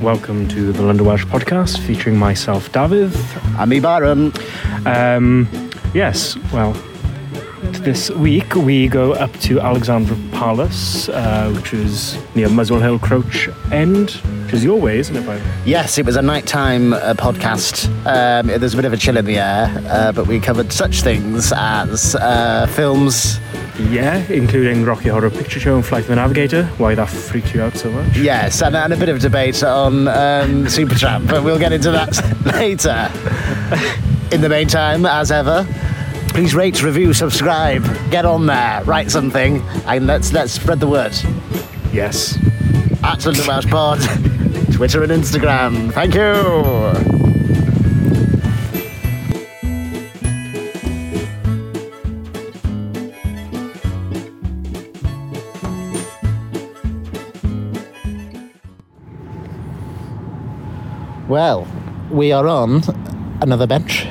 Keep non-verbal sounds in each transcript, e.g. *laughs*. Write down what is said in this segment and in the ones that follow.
Welcome to the London Welsh podcast featuring myself, David. Amy Barham. Um, yes, well, this week we go up to Alexandra Palace, uh, which is near Muswell Crouch End, which is your way, isn't it, by the way? Yes, it was a nighttime uh, podcast. Um, there's a bit of a chill in the air, uh, but we covered such things as uh, films. Yeah, including Rocky Horror Picture Show and Flight of the Navigator. Why that freaked you out so much? Yes, and, and a bit of debate on um, Supertramp, but we'll get into that *laughs* later. In the meantime, as ever, please rate, review, subscribe, get on there, write something, and let's let's spread the word. Yes. At London Welsh Pod, *laughs* Twitter and Instagram. Thank you. Well, we are on another bench.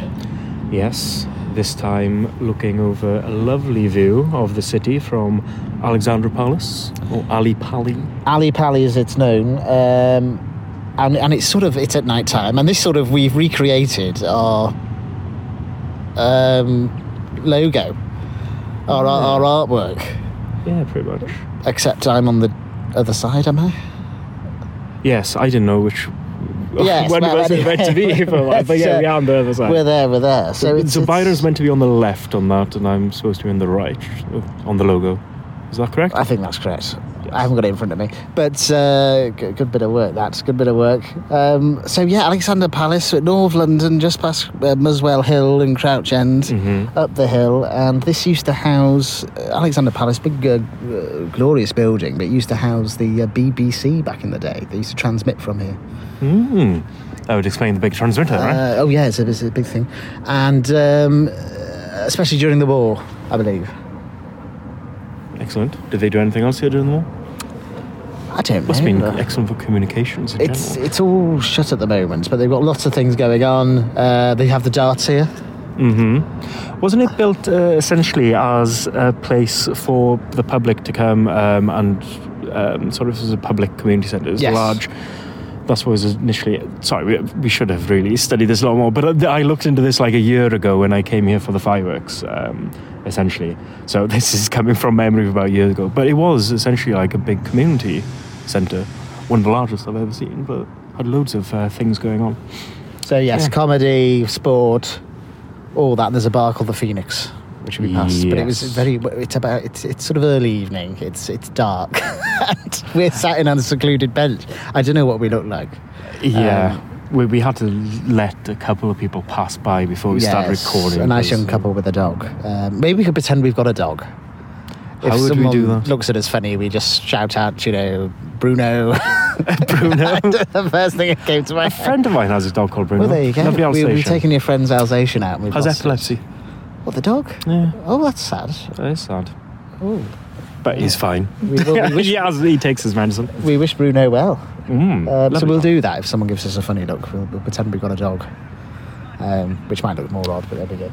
Yes. This time looking over a lovely view of the city from Alexandra Palace, or Ali Pali. Ali Pali as it's known, um, and and it's sort of it's at night time, and this sort of we've recreated our um, logo, our, our our artwork. Yeah, pretty much. Except I'm on the other side, am I? Yes, I didn't know which *laughs* Yes, one well, of us is meant to *laughs* be, but, but yeah, so we are on the other side. We're there, we're there. So it's, so it's- Byron's meant to be on the left on that, and I'm supposed to be on the right uh, on the logo. Is that correct? I think that's correct. Yes. I haven't got it in front of me, but uh, good, good bit of work. That's good bit of work. Um, so yeah, Alexander Palace, North London, just past uh, Muswell Hill and Crouch End, Mhm. up the hill, and this used to house uh, Alexander Palace, big uh, uh, glorious building, but it used to house the uh, BBC back in the day. They used to transmit from here. Hmm. That would explain the big transmitter, right? Uh, oh yeah, it's a, it's a big thing, and um, uh, especially during the war, I believe. uh, Excellent. Did they do anything else here during the war? I don't Must have been remember. excellent for communications in It's general. it's all shut at the moment, but they've got lots of things going on. Uh, they have the darts here. hmm Wasn't it built uh, essentially as a place for the public to come um, and um, sort of as a public community centre? It's Yes. large. That's what was initially. Sorry, we, we should have really studied this a lot more. But I I looked into this like a year ago when I came here for the fireworks, um, essentially. So *laughs* this is coming from memory of about a year ago. But it was essentially like a big community centre, one of the largest I've ever seen, but had loads of uh, things going on. So yes, Yeah. comedy, sport, all that. There's a bar called the Phoenix, which we passed, but it was Yes. very. It's about it's it's sort of early evening. It's it's dark, *laughs* and we're sat in on a secluded bench. I don't know what we look like. Yeah. Um, we, we had to let a couple of people pass by before we started Yes, recording. A nice young 'cause couple with a dog. Um, maybe we could pretend we've got a dog. If How would we someone do that? looks at us funny, we just shout out, you know, Bruno. *laughs* *laughs* Bruno. the first thing that came to my A head. friend of mine has a dog called Bruno. Well, there you go. Lovely we, we've Alsatian. taken your friend's Alsatian out. And we've Has lost it. epilepsy. What, the dog? Yeah, Oh, that's sad. that is sad. Oh, But he's fine. *laughs* We will- we wish- he, has- he takes his medicine. we wish Bruno well. Mm, Um, so lovely we'll dog. do that if someone gives us a funny look. We'll, we'll pretend we've got a dog, um, which might look more odd, but there *laughs* we go.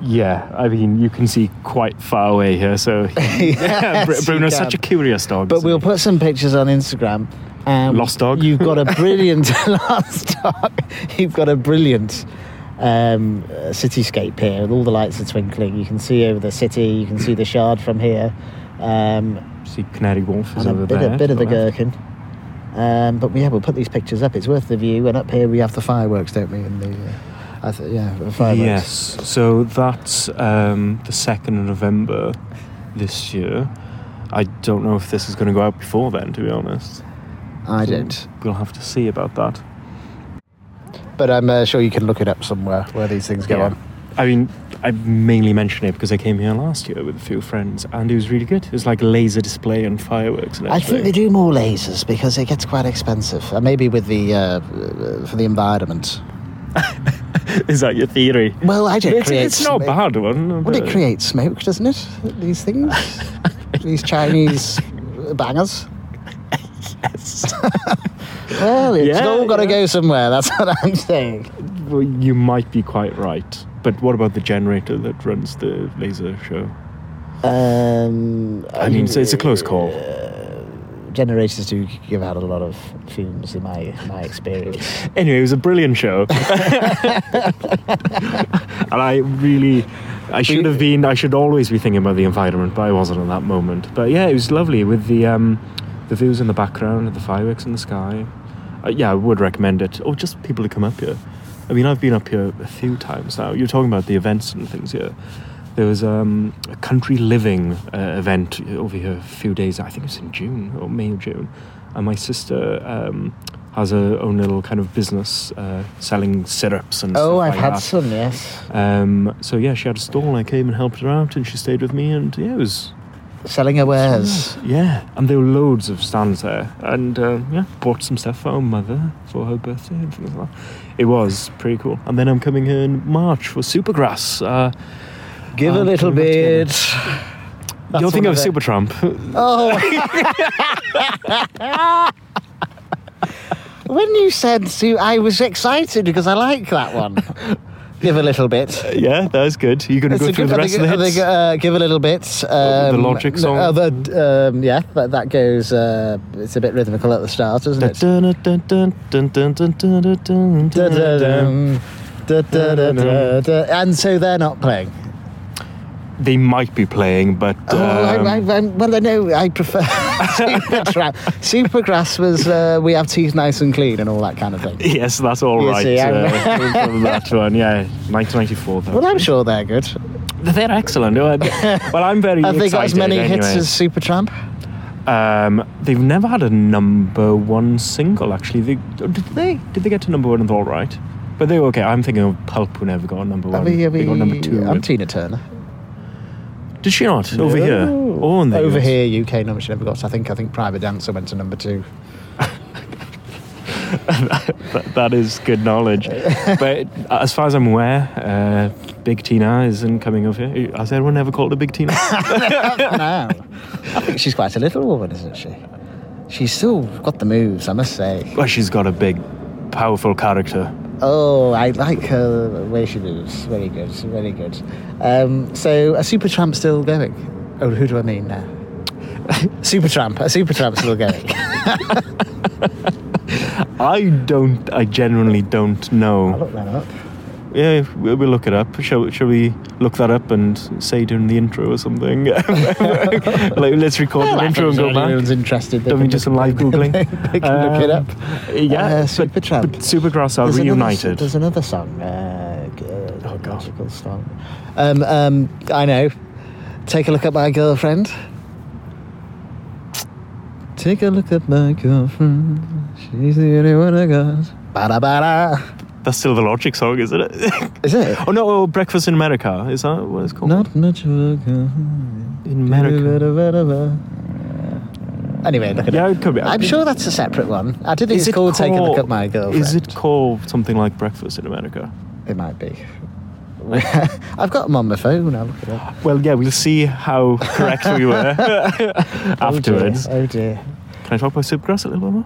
Yeah, I mean, you can see quite far away here, so. *laughs* *laughs* Yes, Br- *laughs* you Bruno's can. such a curious dog. But isn't we'll he? put some pictures on Instagram. Um, Lost dog? *laughs* You've got a brilliant *laughs* lost dog. You've got a brilliant um, uh, cityscape here. with All the lights are twinkling. You can see over the city. You can see the Shard from here, um, See, Canary Wharf is and a over bit, there. a bit to of the left. gherkin. Um, but yeah, we'll put these pictures up. It's worth the view. And up here we have the fireworks, don't we? And the uh, I th- yeah, the fireworks. Yes, so that's um, the 2nd of November this year. I don't know if this is going to go out before then, to be honest. I So don't. We'll have to see about that. But I'm uh, sure you can look it up somewhere where these things go Yeah. on. I mean, I mainly mention it because I came here last year with a few friends and it was really good. It was like laser display and fireworks and I everything. think they do more lasers because it gets quite expensive, and maybe with the uh, uh, for the environment. *laughs* Is that your theory? Well, I don't It's, create. it's not a smoke. bad one. Well, it but- creates smoke, doesn't it? These things, these Chinese bangers. *laughs* *laughs* Yes. Well, it's Yeah, all got to yeah. go somewhere. That's what I'm saying. Well, you might be quite right. But what about the generator that runs the laser show? Um, I mean, so it's a close call. generators do give out a lot of fumes in my my *laughs* experience. Anyway, it was a brilliant show, *laughs* and I really, I should have been. I should always be thinking about the environment, but I wasn't at that moment. But yeah, it was lovely with the um, the views in the background, the fireworks in the sky. Uh, yeah, I would recommend it, or just people to come up here. I mean, I've been up here a few times now. You're talking about the events and things here. There was um, a country living uh, event over here a few days. I think it was in June or May or June, and my sister um, has her own little kind of business uh, selling syrups and. Oh, stuff I've like had that. some. Yes, Um, so yeah, she had a stall, and I came and helped her out, and she stayed with me, and yeah, it was selling her wares. yeah. And there were loads of stands there, and uh, yeah, bought some stuff for her mother for her birthday and things like that. It was pretty cool. And then I'm coming here in March for Supergrass. Uh, Give a Um, little coming back together. bit. That's you'll think one of the- Supertramp. *laughs* Oh. when you said Sue, I was excited because I like *laughs* that one. Give a little bit. yeah, that was good. You're going to It's go a through good- the I rest think- of I the hits. think, uh, give a little bit. the um, Logic no, song. uh, the, um, yeah, that, that goes. Uh, it's a bit rhythmical at the start, isn't it? Da-da-dun-dun-dun-dun-dun-dun-dun-dun. Dun-dun-dun, dun-dun-dun-dun. And so they're not playing. They might be playing, but Oh, um, I, I, I, well, I know I prefer *laughs* Supertramp. Supergrass was uh, we have teeth nice and clean and all that kind of thing. Yes, that's all You right. see, I'm- uh, from *laughs* that one, yeah, 1994. Though. Well, I'm sure they're good. They're excellent. Well, *laughs* I- well, I'm very. Have they got as excited many hits anyway. as Supertramp? Um, they've never had a number one single. Actually, they did they did they get to number one with All Right? But they were okay. I'm thinking of Pulp, who never got a number Are one. we, are they we, got number two. I'm with- Tina Turner. Did she not over No. here? Oh, in the over US. here, UK number she never got. I think I think Private Dancer went to *laughs* number two. That, that is good *laughs* knowledge. but as far as I'm aware, uh, Big Tina isn't coming over here. Has anyone ever called her Big *laughs* Tina? *laughs* now. I think she's quite a little woman, isn't she? She's still got the moves, I must say. well, she's got a big, powerful character. Oh, I like her the way she moves. Very good, very good. Um, so, a super tramp still going? Oh, who do I mean now? *laughs* super tramp, a super tramp *laughs* still going. I don't. I genuinely don't I'll know. look that up. Yeah, we- we'll look it up. Shall, shall we look that up and say during the intro or something? *laughs* like, let's record Well, an I intro think and so go anyone's back. interested. *laughs* they Don't we can do some look- live googling? Um, they can look it up. Yeah, Uh, but- Supertramp. But Supergrass are There's another- reunited. there's another song. Uh, g- uh, Oh, God. magical song. Um, um, I know. Take a look at my girlfriend. Take a look at my girlfriend. She's the only one I got. Bada bada. That's still the Logic song, isn't it? Is it? *laughs* oh no, oh, Breakfast in America. Is that what it's called? Not much of a girl. in America. Anyway, look at Yeah, it. it could be. I'm sure that's a separate one. I did think Is it's it called Take a Look called- at My Girlfriend. Is it called something like Breakfast in *laughs* America? It might be. I've got them on my phone. I'll look it up. Well, yeah, we'll see how *laughs* correct we *laughs* were *laughs* afterwards. Oh dear. Can I talk about Supergrass a little bit more?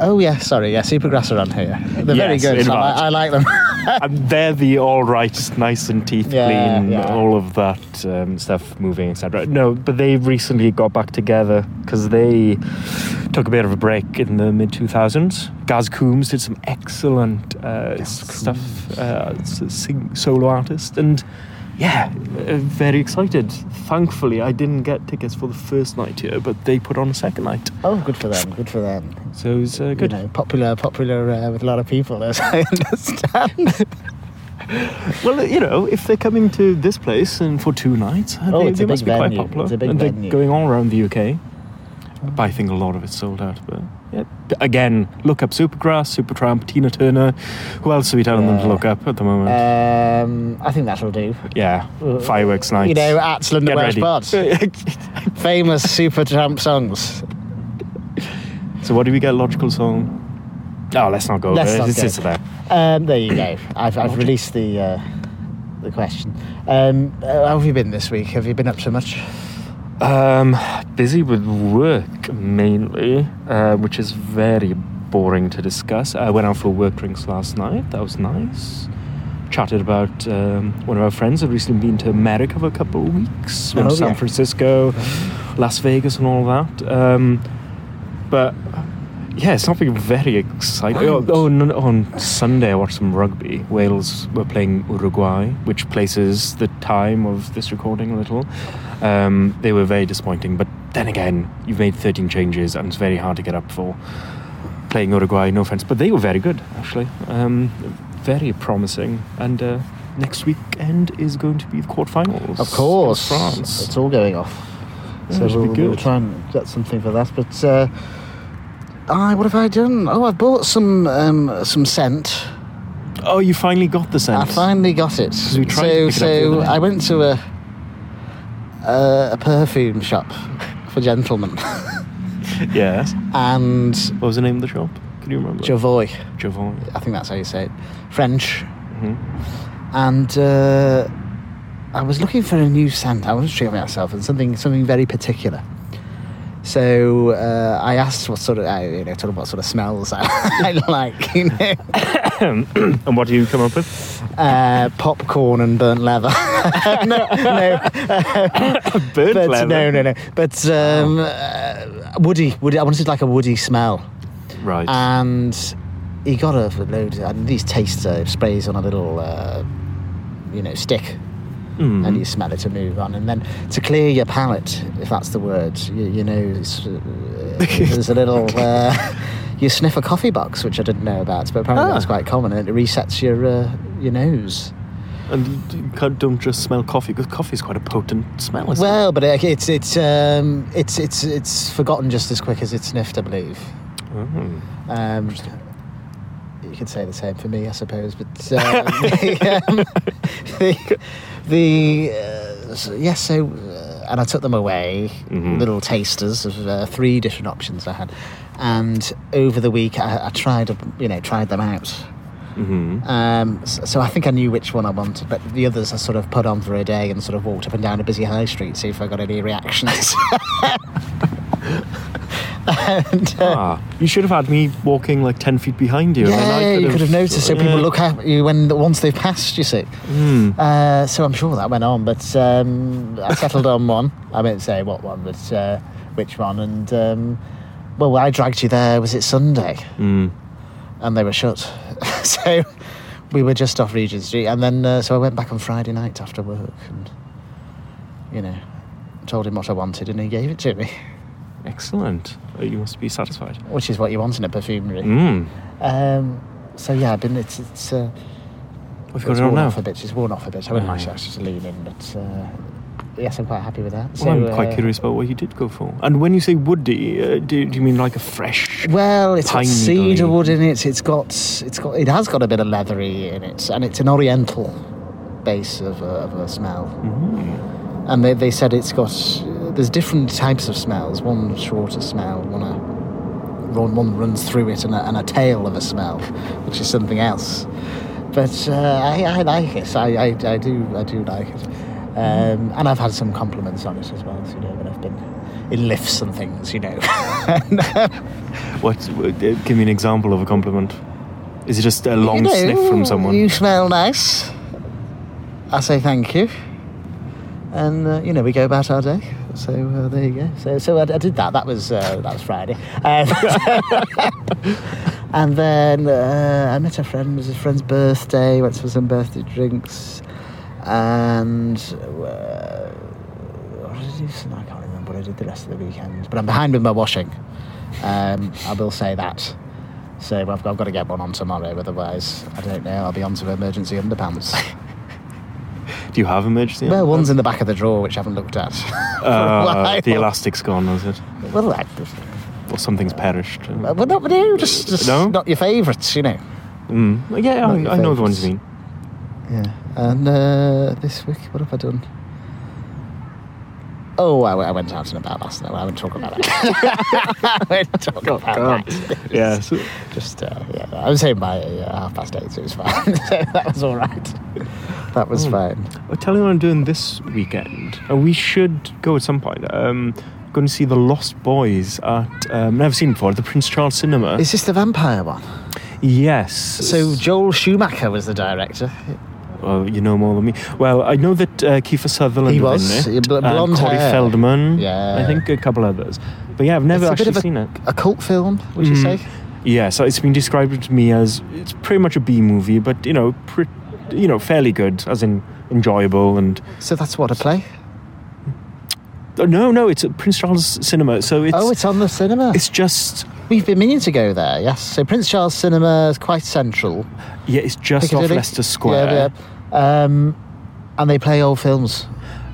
Oh yeah, sorry. Yeah, Supergrass are on here. They're very Yes, good. in I, March. I like them. *laughs* and they're the all right, nice and teeth Yeah, clean, yeah. all of that um, stuff moving, etc. No, but they recently got back together because they took a bit of a break in the mid 2000s. Gaz Coombs did some excellent uh, s- stuff, uh, s- sing- solo artist, and yeah, uh, very excited. Thankfully, I didn't get tickets for the first night here, but they put on a second night, oh, good for them. Good for them. so it was uh, good. You know, popular, popular uh, with a lot of people, as *laughs* I *laughs* understand. Well, uh, you know, if they're coming to this place and for two nights, uh, Oh, they, it's they a must big be venue. quite popular. It's a big and they're venue. going all around the UK. But I think a lot of it's sold out. But yeah. again, look up Supergrass, Supertramp, Tina Turner. Who else are we telling them to Yeah. look up at the moment? um, I think that'll do. yeah, fireworks nights. uh, You know, at London Get *laughs* Welsh Pods. ready. Famous Supertramp songs. so, what do we get? Logical song. Oh, let's not go Let's there. not it's, go. it's there. Um, there you go. I've, I've Logic. released the uh, the question. Um, uh, how have you been this week? Have you been up to much? Um, busy with work mainly, uh, which is very boring to discuss. I went out for work drinks last night. That was nice. Chatted about um, one of our friends had recently been to America for a couple of weeks. Went Oh, to San yeah. Francisco, Las Vegas, and all that. Um, But yeah, it's not been very exciting. Oh, oh, no, no, on Sunday I watched some rugby. Wales were playing Uruguay, which places the time of this recording a little. Um, they were very disappointing, but then again, you've made 13 changes and it's very hard to get up for playing Uruguay. No offense, but they were very good actually, um, very promising. And uh, next weekend is going to be the quarterfinals. Of course, in France. It's all going off. so it should be we'll, we'll good. try and get something for that. But uh, I, what have I done? Oh, I've bought some um, some scent. oh, you finally got the sense. I finally got it. we tried to pick so it up the so other day. I went to a, a a perfume shop for *laughs* gentlemen, *laughs* Yes. and What was the name of the shop? Can you remember? Javoy, Javoy. I think that's how you say it, French. hmm Mm-hmm. and uh, I was looking for a new scent. I was treating myself and something something very particular. So uh, I asked what sort of I, you know, told them what sort of smells I, *laughs* I like, you know, Mm-hmm. *coughs* and what do you come up with? uh, popcorn and burnt leather. *laughs* no, no, Bird but no, no, no. But um, uh, woody, woody. I wanted like a woody smell. Right. and he got a load. And these taster sprays on a little, uh, you know, stick, Mhm. and you smell it to move on. And then to clear your palate, if that's the word, you, you know, it's, uh, there's a little. Uh, you sniff a coffee box, which I didn't know about, but apparently Ah. that's quite common, and it resets your uh, your nose. and you can't, don't just smell coffee because coffee is quite a potent smell. Isn't Well, but it, it's it's um, it's it's it's forgotten just as quick as it's sniffed, I believe. it? Oh. Um, you could say the same for me, I suppose. But um, the, *laughs* um, the, the uh, so, yes, so uh, and I took them away, Mhm. little tasters of uh, three different options I had, and over the week I, I tried, a- you know, tried them out. hmm Um, s- so I think I knew which one I wanted, but the others I sort of put on for a day and sort of walked up and down a busy high street, see if I got any reactions. and, uh, Ah, you should have had me walking like ten feet behind *laughs* you. and Yeah, I you could have noticed. So people look at you when once they've passed. You see. Mm. Uh, so I'm sure that went on, but um, I settled on one. I won't say what one, but uh, which one. And um, well, I dragged you there. Was it Sunday? Mm. And they were shut. *laughs* so we were just off Regent Street, and then uh, so I went back on Friday night after work, and you know, told him what I wanted, and he gave it to me, *laughs* Excellent. Uh, You must be satisfied. which is what you want in a perfumery. Mm. Um, so yeah, I've been. It's it's. Uh, We've got It's it on worn now. off a bit. It's worn off a bit. I wouldn't Yeah. mind actually lean in, but uh, yes, I'm quite happy with that. Well, I'm So, quite uh, curious about what you did go for. And when you say woody, uh, do, do you mean like a fresh? Well, it's got Pine cedar needle-y. wood in it. It's got it's got it has got a bit of leathery in it, and it's an Oriental base of a, of a smell. Mm. And they, they said it's got there's different types of smells. One shorter smell, one a run, one runs through it, and a, and a tail of a smell, which is something else. But uh, I, I like it. I, I, I do I do like it. Um, and I've had some compliments on it as well. So, you know, when I've been in lifts and things, you know. *laughs* What? uh, Give me an example of a compliment. Is it just a long You know, sniff from someone? You smell nice. I say thank you. And uh, you know we go about our day, so uh, there you go. So, so I, I did that. That was uh, that was Friday, *laughs* um, and then uh, I met a friend. It was his friend's birthday. Went for some birthday drinks, and uh, what did I do? Some- I can't remember what I did the rest of the weekend. But I'm behind with my washing. Um, I will say that. So I've, I've got to get one on tomorrow, otherwise I don't know. I'll be on to emergency underpants. Do you have emergency? well, *laughs* one's in the back of the drawer which I haven't looked at. *laughs* for a Uh, while. the elastic's gone, is it? Well, I, uh, Or something's perished. well, not no, just, just No? not your favourites, you know. Mm. Yeah, Not your I, I know the ones favourites. you mean. Yeah. And uh, this week, what have I done? Oh, I, I went out and about last night. I won't talk about that. *laughs* I won't talk about that. Yes. Just uh, yeah, I was home by uh, half past eight, so it was fine. *laughs* so that was all right. That was Hmm. fine. I'll tell you what I'm doing this weekend. Uh, we should go at some point. Um, going to see The Lost Boys at, um, never seen before, at the Prince Charles Cinema. Is this the vampire one? yes. So Joel Schumacher was the director. oh, you know more than me. Well, I know that uh, Kiefer Sutherland He was was, in it, bl- blonde and Corey hair. Feldman. Yeah. I think a couple others. But yeah, I've never It's a actually bit of a, seen it. a cult film, would you Mm. say? Yeah, so it's been described to me as it's pretty much a B movie, but you know, pre- you know, fairly good, as in enjoyable and So that's what a play. oh, no, no, it's at Prince Charles Cinema, so it's oh, it's on the cinema. it's just We've been meaning to go there. Yes. So Prince Charles Cinema is quite central. yeah, it's just off Piccadilly. Leicester Square. Yeah, yeah. Um, and they play old films.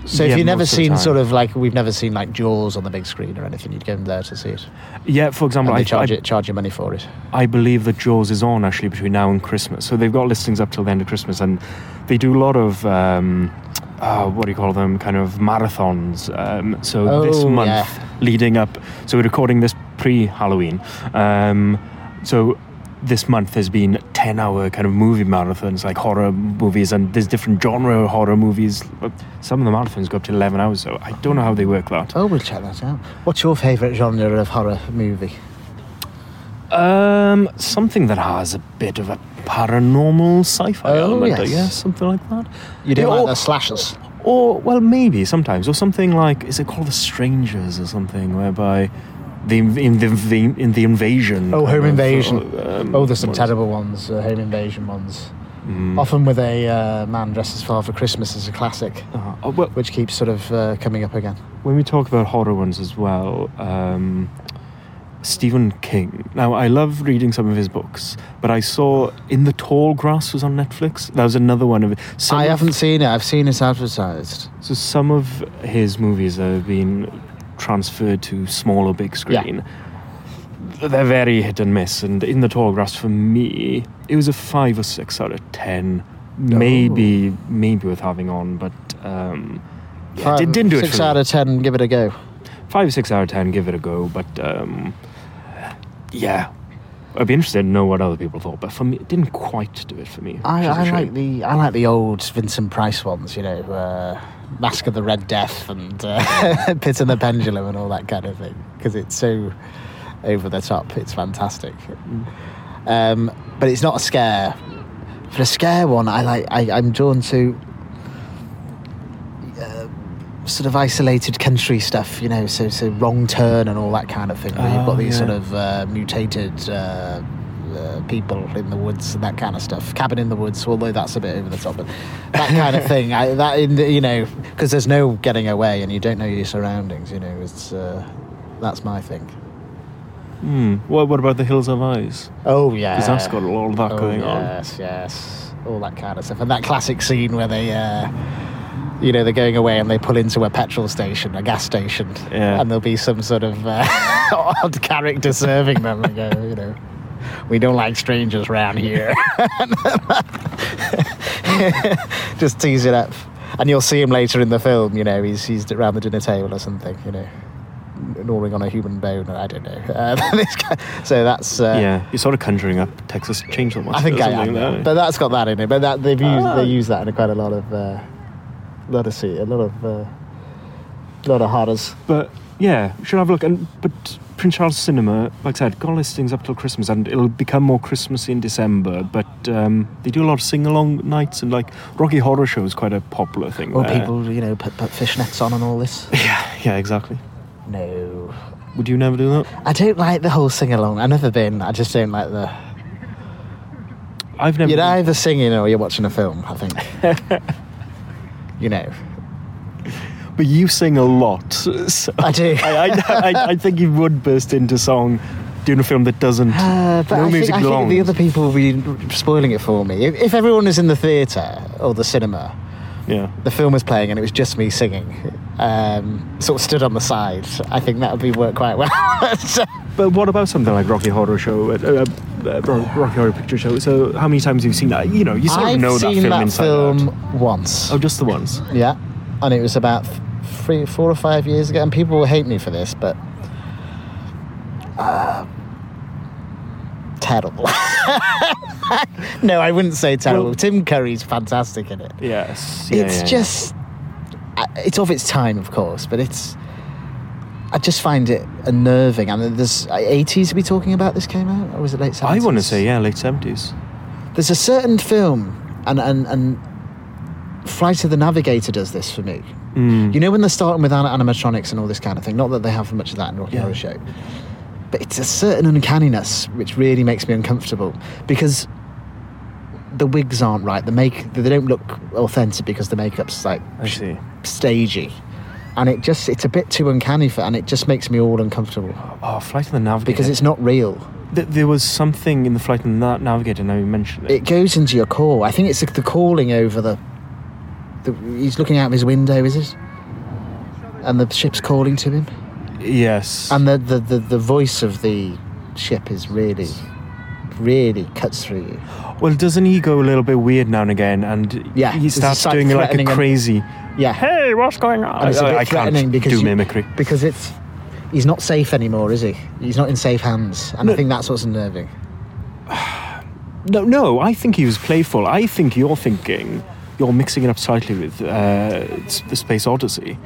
So Yeah, if you've never most of the seen time. sort of like we've never seen like Jaws on the big screen or anything, you'd go there to see it. Yeah, for And example, they I, charge I, it, charge you money for it. I believe that Jaws is on actually between now and Christmas. So they've got listings up till the end of Christmas, and they do a lot of um, uh, what do you call them? Kind of marathons. Um, so this Oh, month, yeah. leading up, so we're recording this pre-Halloween. Um, so this month has been ten-hour kind of movie marathons, like horror movies, and there's different genre horror movies. But Some of the marathons go up to eleven hours, so I don't know how they work that. Oh, we'll check that out. What's your favourite genre of horror movie? Um, something that has a bit of a paranormal sci-fi Oh, element, I yes. guess, something like that. You don't Yeah, like or, the slashers? or well, maybe sometimes, or something like is it called The Strangers or something, whereby the in the in the, in the invasion. Oh, kind of, Home Invasion. or, um, Oh, there's some what- terrible ones, uh, home invasion ones. Mm. Often with a uh, man dressed as Father Christmas is a classic, Uh, oh, well, which keeps sort of uh, coming up again. when we talk about horror ones as well, um, Stephen King. Now, I love reading some of his books, but I saw In the Tall Grass was on Netflix. That was another one of it. Some I of- haven't seen it. I've seen it advertised. So some of his movies have been transferred to smaller big screen. They're very hit and miss, and in the tall grass for me, it was a five or six out of ten. Oh. Maybe, maybe with having on, but um, yeah, Five- it did- didn't do it Six for out me. of ten. Give it a go. five or six out of ten. Give it a go, but um, yeah, I'd be interested to know what other people thought. But for me, it didn't quite do it for me. I, which is a I shame. like the I like the old Vincent Price ones. You know, uh, Mask of the Red Death and uh, *laughs* Pit and the Pendulum and all that kind of thing. Because it's so over the top. It's fantastic. Um, but it's not a scare. For a scare one, I like I, I'm drawn to uh, sort of isolated country stuff. You know, so so wrong turn and all that kind of thing. Where you've Oh, got these sort yeah. of uh, mutated. Uh, uh, people in the woods and that kind of stuff. Cabin in the woods, although that's a bit over the top, but that kind of thing. I, that in the, you know, because there's no getting away and you don't know your surroundings. You know, it's uh, that's my thing. Hmm. What, what about the Hills Have Eyes? Oh yeah, Because that's got all that oh, going on. yes, yes, all that kind of stuff, and that classic scene where they. Uh, you know they're going away and they pull into a petrol station, a gas station, Yeah. and there'll be some sort of uh, *laughs* odd character serving them. And go, you know, we don't like strangers round here. *laughs* Just tease it up, and you'll see him later in the film. You know, he's he's around the dinner table or something. You know, gnawing on a human bone, or I don't know. *laughs* Uh, this guy- so that's uh, yeah, you're sort of conjuring up Texas Chainsaw Massacre. I think or I something like am, yeah. that. but that's got that in it. But that they've used Ah. they use that in quite a lot of uh, lot of see a lot of uh, lot of horrors. But yeah, we should have a look. And but Prince Charles Cinema, like I said, got listings up till Christmas, and it'll become more Christmassy in December. But um, they do a lot of sing-along nights, and like Rocky Horror Show is quite a popular thing. Or there. people, you know, put, put fishnets on and all this. *laughs* *laughs* Yeah, yeah, exactly. no, Would you never do that? I don't like the whole sing along. I've never been. I just don't like the. I've never. You're been- either singing or you're watching a film. I think. *laughs* you know, But you sing a lot. *laughs* So I do. I, I, I, I think you would burst into song doing a film that doesn't. *laughs* *laughs* Uh, but no I, music think, I think belongs. the other people will be spoiling it for me. If, if everyone is in the theatre or the cinema, Yeah. the film was playing and it was just me singing, um, sort of stood on the side, I think that would be work quite well. *laughs* So- But what about something like Rocky Horror Show, uh, uh, uh, Ro- Rocky Horror Picture Show? So how many times have you seen that? You know, you sort I've of know that seen film that inside film out. once. Oh, just the once. Yeah, and it was about th- three, four or five years ago, and people will hate me for this, but. Uh, terrible. *laughs* no, I wouldn't say terrible. Well- Tim Curry's fantastic in it. Yes. Yeah, it's yeah, yeah. just I it's of its time of course but it's i just find it unnerving and there's 80s we talking about this came out or was it late 70s I want to say yeah, late seventies. there's a certain film and and and Flight of the Navigator does this for me. Mm. You know when they're starting with an- animatronics and all this kind of thing. Not that they have much of that in Rocky Yeah. Horror Show, but it's a certain uncanniness which really makes me uncomfortable because the wigs aren't right. The make they don't look authentic because the makeup's like I see. stagey, and it just it's a bit too uncanny for, and it just makes me all uncomfortable Oh, Flight of the Navigator. because it's not real. Th- there was something in the Flight of the Na- Navigator. Now you mentioned It goes into your core. I think it's like the calling over the, the. He's looking out of his window, is it? And the ship's calling to him. Yes. And the, the, the, the voice of the ship is really, really cuts through you. well, doesn't he go a little bit weird now and again? And Yeah, he this is starts slight doing like a threatening and- crazy. Yeah. Hey, what's going on? And it's a I- bit I can't threatening because do you- mimicry. Because it's. He's not safe anymore, is he? He's not in safe hands. And I No. think that's what's unnerving. No, no. I think he was playful. I think you're thinking, you're mixing it up slightly with uh, s- the Space Odyssey.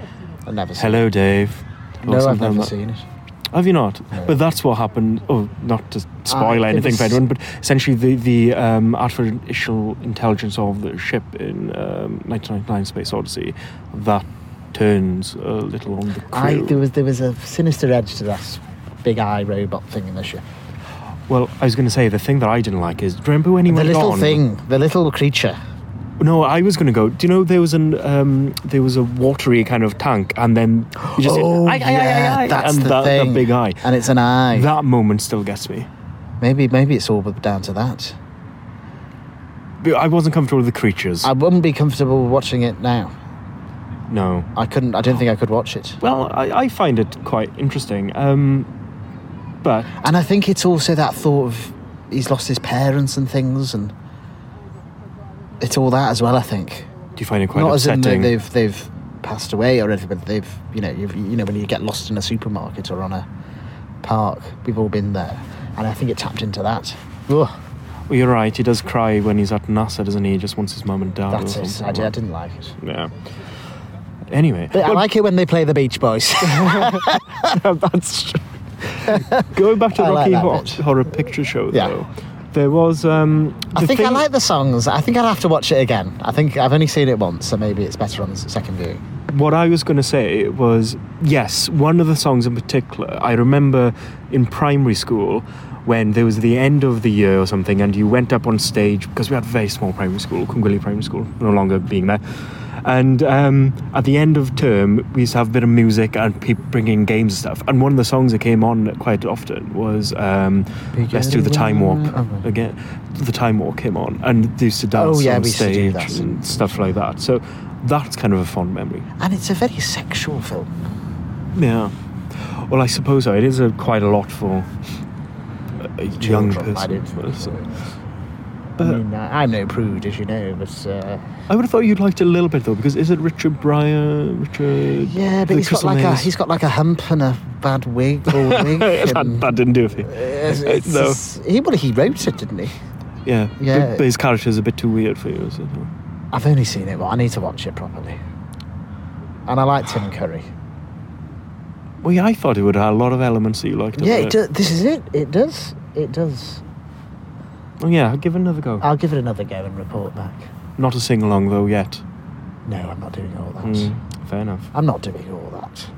I've never seen Hello, Dave. Or No, I've something never like that. seen it. Have you not? But that's what happened. Oh, not to spoil Ah, it anything for was- anyone, but essentially the the um, artificial intelligence of the ship in um, 1999: Space Odyssey that turns a little on the crew. I, there, was, there was a sinister edge to that big eye robot thing in the ship. Well, I was going to say the thing that I didn't like is remember when he The went little on? thing, the little creature. No, I was going to go. Do you know there was an um, there was a watery kind of tank, and then you just Oh, "Aye, aye, aye, aye, yeah, aye," that's and the that, that thing. big eye. And it's an eye. That moment still gets me. maybe maybe it's all down to that. But I wasn't comfortable with the creatures. I wouldn't be comfortable watching it now. no. I couldn't. I don't think I could watch it. Well, I, I find it quite interesting. Um, but And I think it's also that thought of he's lost his parents and things, and it's all that as well. I think do you find it quite not as in upsetting? that they've they've passed away or anything, but they've you know you've, you know when you get lost in a supermarket or on a park, we've all been there, and I think it tapped into that. Ugh, well, you're right. He does cry when he's at NASA, doesn't he? He just wants his mum and dad. that's or it. something I, did, I like- didn't like it. Yeah. Anyway, But I like it when they play the *laughs* Beach Boys. *laughs* that's true. going back to I the like Rocky that Hor- bit. Horror Picture Show. Yeah. Though, there was. Um, I the think I thing- like the songs. I think I'd have to watch it again. I think I've only seen it once, so maybe it's better on the second viewing. What I was going to say was yes, one of the songs in particular, I remember in primary school when there was the end of the year or something, and you went up on stage because we had very small primary school, Cwmgwili Primary School, no longer being there. And um, at the end of term, we used to have a bit of music and people bringing games and stuff. And one of the songs that came on quite often was um, "Let's Do the Time Warp" Oh, right. again. The Time Warp came on, and they used to dance Oh, yeah, on we used to do stage that. and stuff like that. So that's kind of a fond memory. And it's a very sexual film. Yeah. Well, I suppose so. It is a, quite a lot for a- a young Children, I person. don't think so- I But mean, uh, I'm no prude, as you know, but uh, I would have thought you'd liked it a little bit though, because is it Richard Pryor? Richard? yeah, the but he's got Crystal like a Maze? he's got like a hump and a bad wig, *laughs* bald *laughs* wig. that, and that didn't do it. for you. it's, it's no. just- he well, he wrote it, didn't he? Yeah. But- yeah. But, his character is a bit too weird for you, is it? I've only seen it, but I need to watch it properly. And I like Tim Curry. Well, yeah, I thought it would have a lot of elements that you liked. Yeah, about it do, this is it. It does. It does. Oh, yeah, I'll give it another go. I'll give it another go and report back. Not a sing along though yet. No, I'm not doing all that. Mm, fair enough. I'm not doing all that.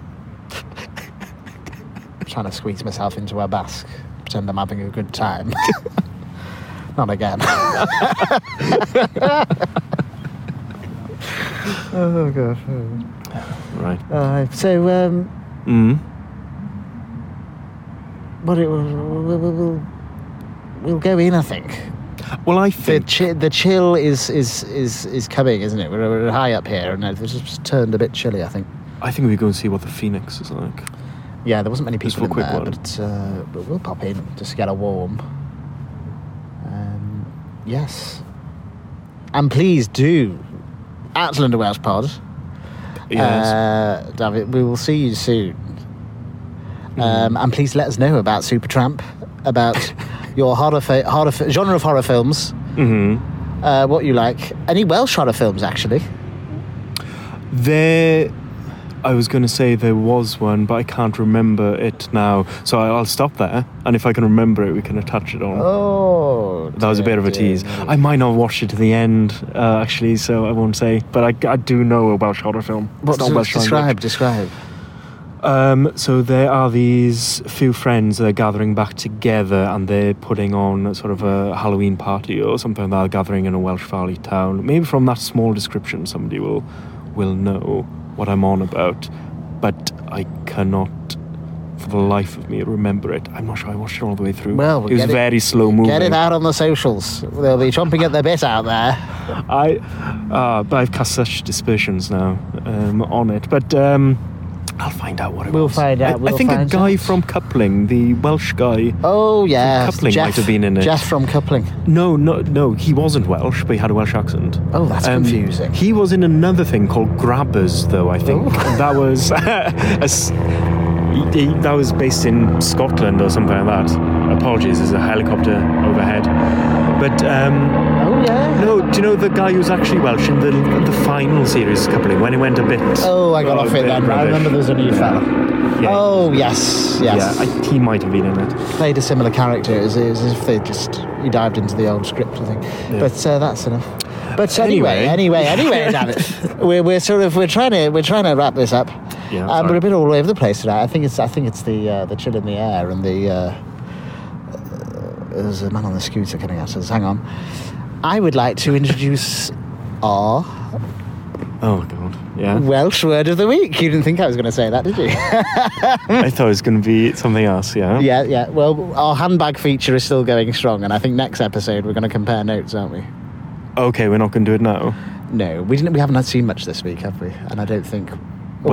*laughs* I'm trying to squeeze myself into a basque, pretend I'm having a good time. *laughs* not again. *laughs* oh god. Right. Uh, so, um, Mm. what it will, we'll, we'll, we'll go in, I think. Well, I The, think. chi- the chill is, is, is, is coming, isn't it? We're, we're high up here, and it's just turned a bit chilly, I think. I think we go and see what the Phoenix is like. Yeah, there wasn't many Just people in for a there, quick but, uh, but we'll pop in just to get a warm. Um, yes. And please do, at London Welsh Pod, Yes. uh, David, we will see you soon. Hmm. Um, and please let us know about Supertramp, *laughs* about your horror, fa- horror fi- genre of horror films, hmm uh, what you like, any Welsh horror films, actually. There I was going to say there was one, but I can't remember it now. So I- I'll stop there, and if I can remember it, we can attach it on. Oh, That was a bit of a tease. I might not watch it to the end, uh, actually, so I won't say. But I, I do know a Welsh horror film. not What does it- Welsh describe? language. Describe. Um, so there are these few friends that are gathering back together, and they're putting on sort of a Halloween party or something like that, gathering in a Welsh valley town. Maybe from that small description, somebody will will know what I'm on about. But I cannot, for the life of me, remember it. I'm not sure I watched it all the way through. Well, it was get it- very slow moving. Get it out on the socials. They'll be chomping at their bit out there. I, uh, but I've cast such dispersions now um, on it. But um, I'll find out what it We'll was. find I- out, I, we'll think find a guy out. from Coupling, the Welsh guy. Oh yeah, Coupling Jeff, might have been in it. Jeff from Coupling. No, no, no. He wasn't Welsh, but he had a Welsh accent. Um, Oh, that's confusing. He was in another thing called Grabbers, though. I think Oh. And that was *laughs* a s- he- he- that was based in Scotland or something like that. Apologies, there's a helicopter overhead. But um, Oh yeah. No, do you know the guy who's actually Welsh in the the final series coupling when he went a bit? Oh, I got off a it bit then. I rubbish? remember there was a new fella. Yeah. Oh yes, yes. Yeah, I, he might have been in it. Played a similar character. It was, it was as if they just he dived into the old script, I think. Yeah. Uh, But uh, that's enough. But anyway, Anyway. anyway, *laughs* anyway, damn it. We're, we're sort of we're trying to we're trying to wrap this up. Yeah, um, we're sorry. a bit all over the place tonight. I think it's I think it's the uh, the chill in the air and the uh, uh, there's a man on the scooter coming at us. Hang on. I would like to introduce our Oh god, yeah. Welsh word of the week. You didn't think I was going to say that, did you? *laughs* I thought it was going to be something else. Yeah. yeah, yeah. Well, our handbag feature is still going strong, and I think next episode we're going to compare notes, aren't we? Okay, we're not going to do it now. No, we didn't. We haven't had seen much this week, have we? And I don't think. Well-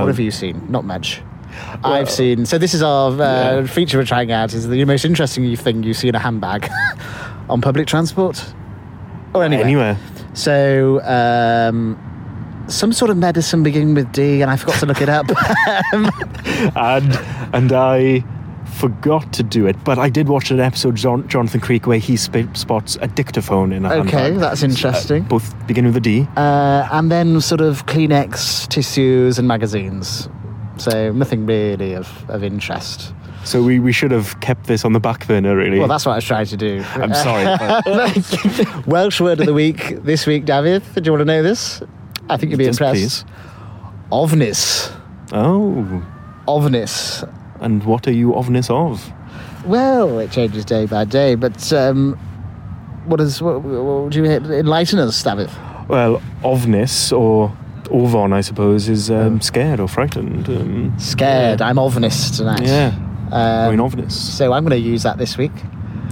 what have you seen? Not much. I've seen. So this is our uh, Yeah. feature we're trying out. Is the most interesting thing you see in a handbag *laughs* on public transport or anywhere. Anyway, So, um, some sort of medicine beginning with D, and I forgot to look it up. *laughs* and and I forgot to do it, but I did watch an episode John, Jonathan Creek where he sp- spots a dictaphone in a Okay, handbag. that's Uh, interesting. both begin with a D. Uh, and then sort of Kleenex, tissues, and magazines. So nothing really of, of interest. So we, we should have kept this on the back burner, really. Well, that's what I was trying to do. *laughs* I'm sorry. but- *laughs* Welsh word of the week this week, David. Do you want to know this? I think you'll be Yes, please. impressed. Ovnis. Oh. Ovnis. And what are you ovnis of? Well, it changes day by day, but um, what is what, what do you enlighten us, David? Well, ovnis or ovon, I suppose, is um, scared or frightened. Um, Scared. I'm ovnis tonight. Yeah. I mean, Um, ovnis. so I'm going to use that this week.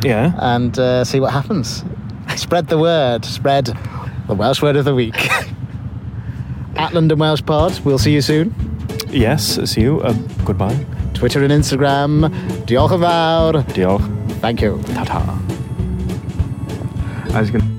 Yeah. and uh, see what happens. Spread the word. Spread the Welsh word of the week. *laughs* At London Welsh Pod, we'll see you soon. Yes, see you. Uh, goodbye. Twitter and Instagram. Diolch yn fawr. Diolch. Thank you. Ta ta. I was going to.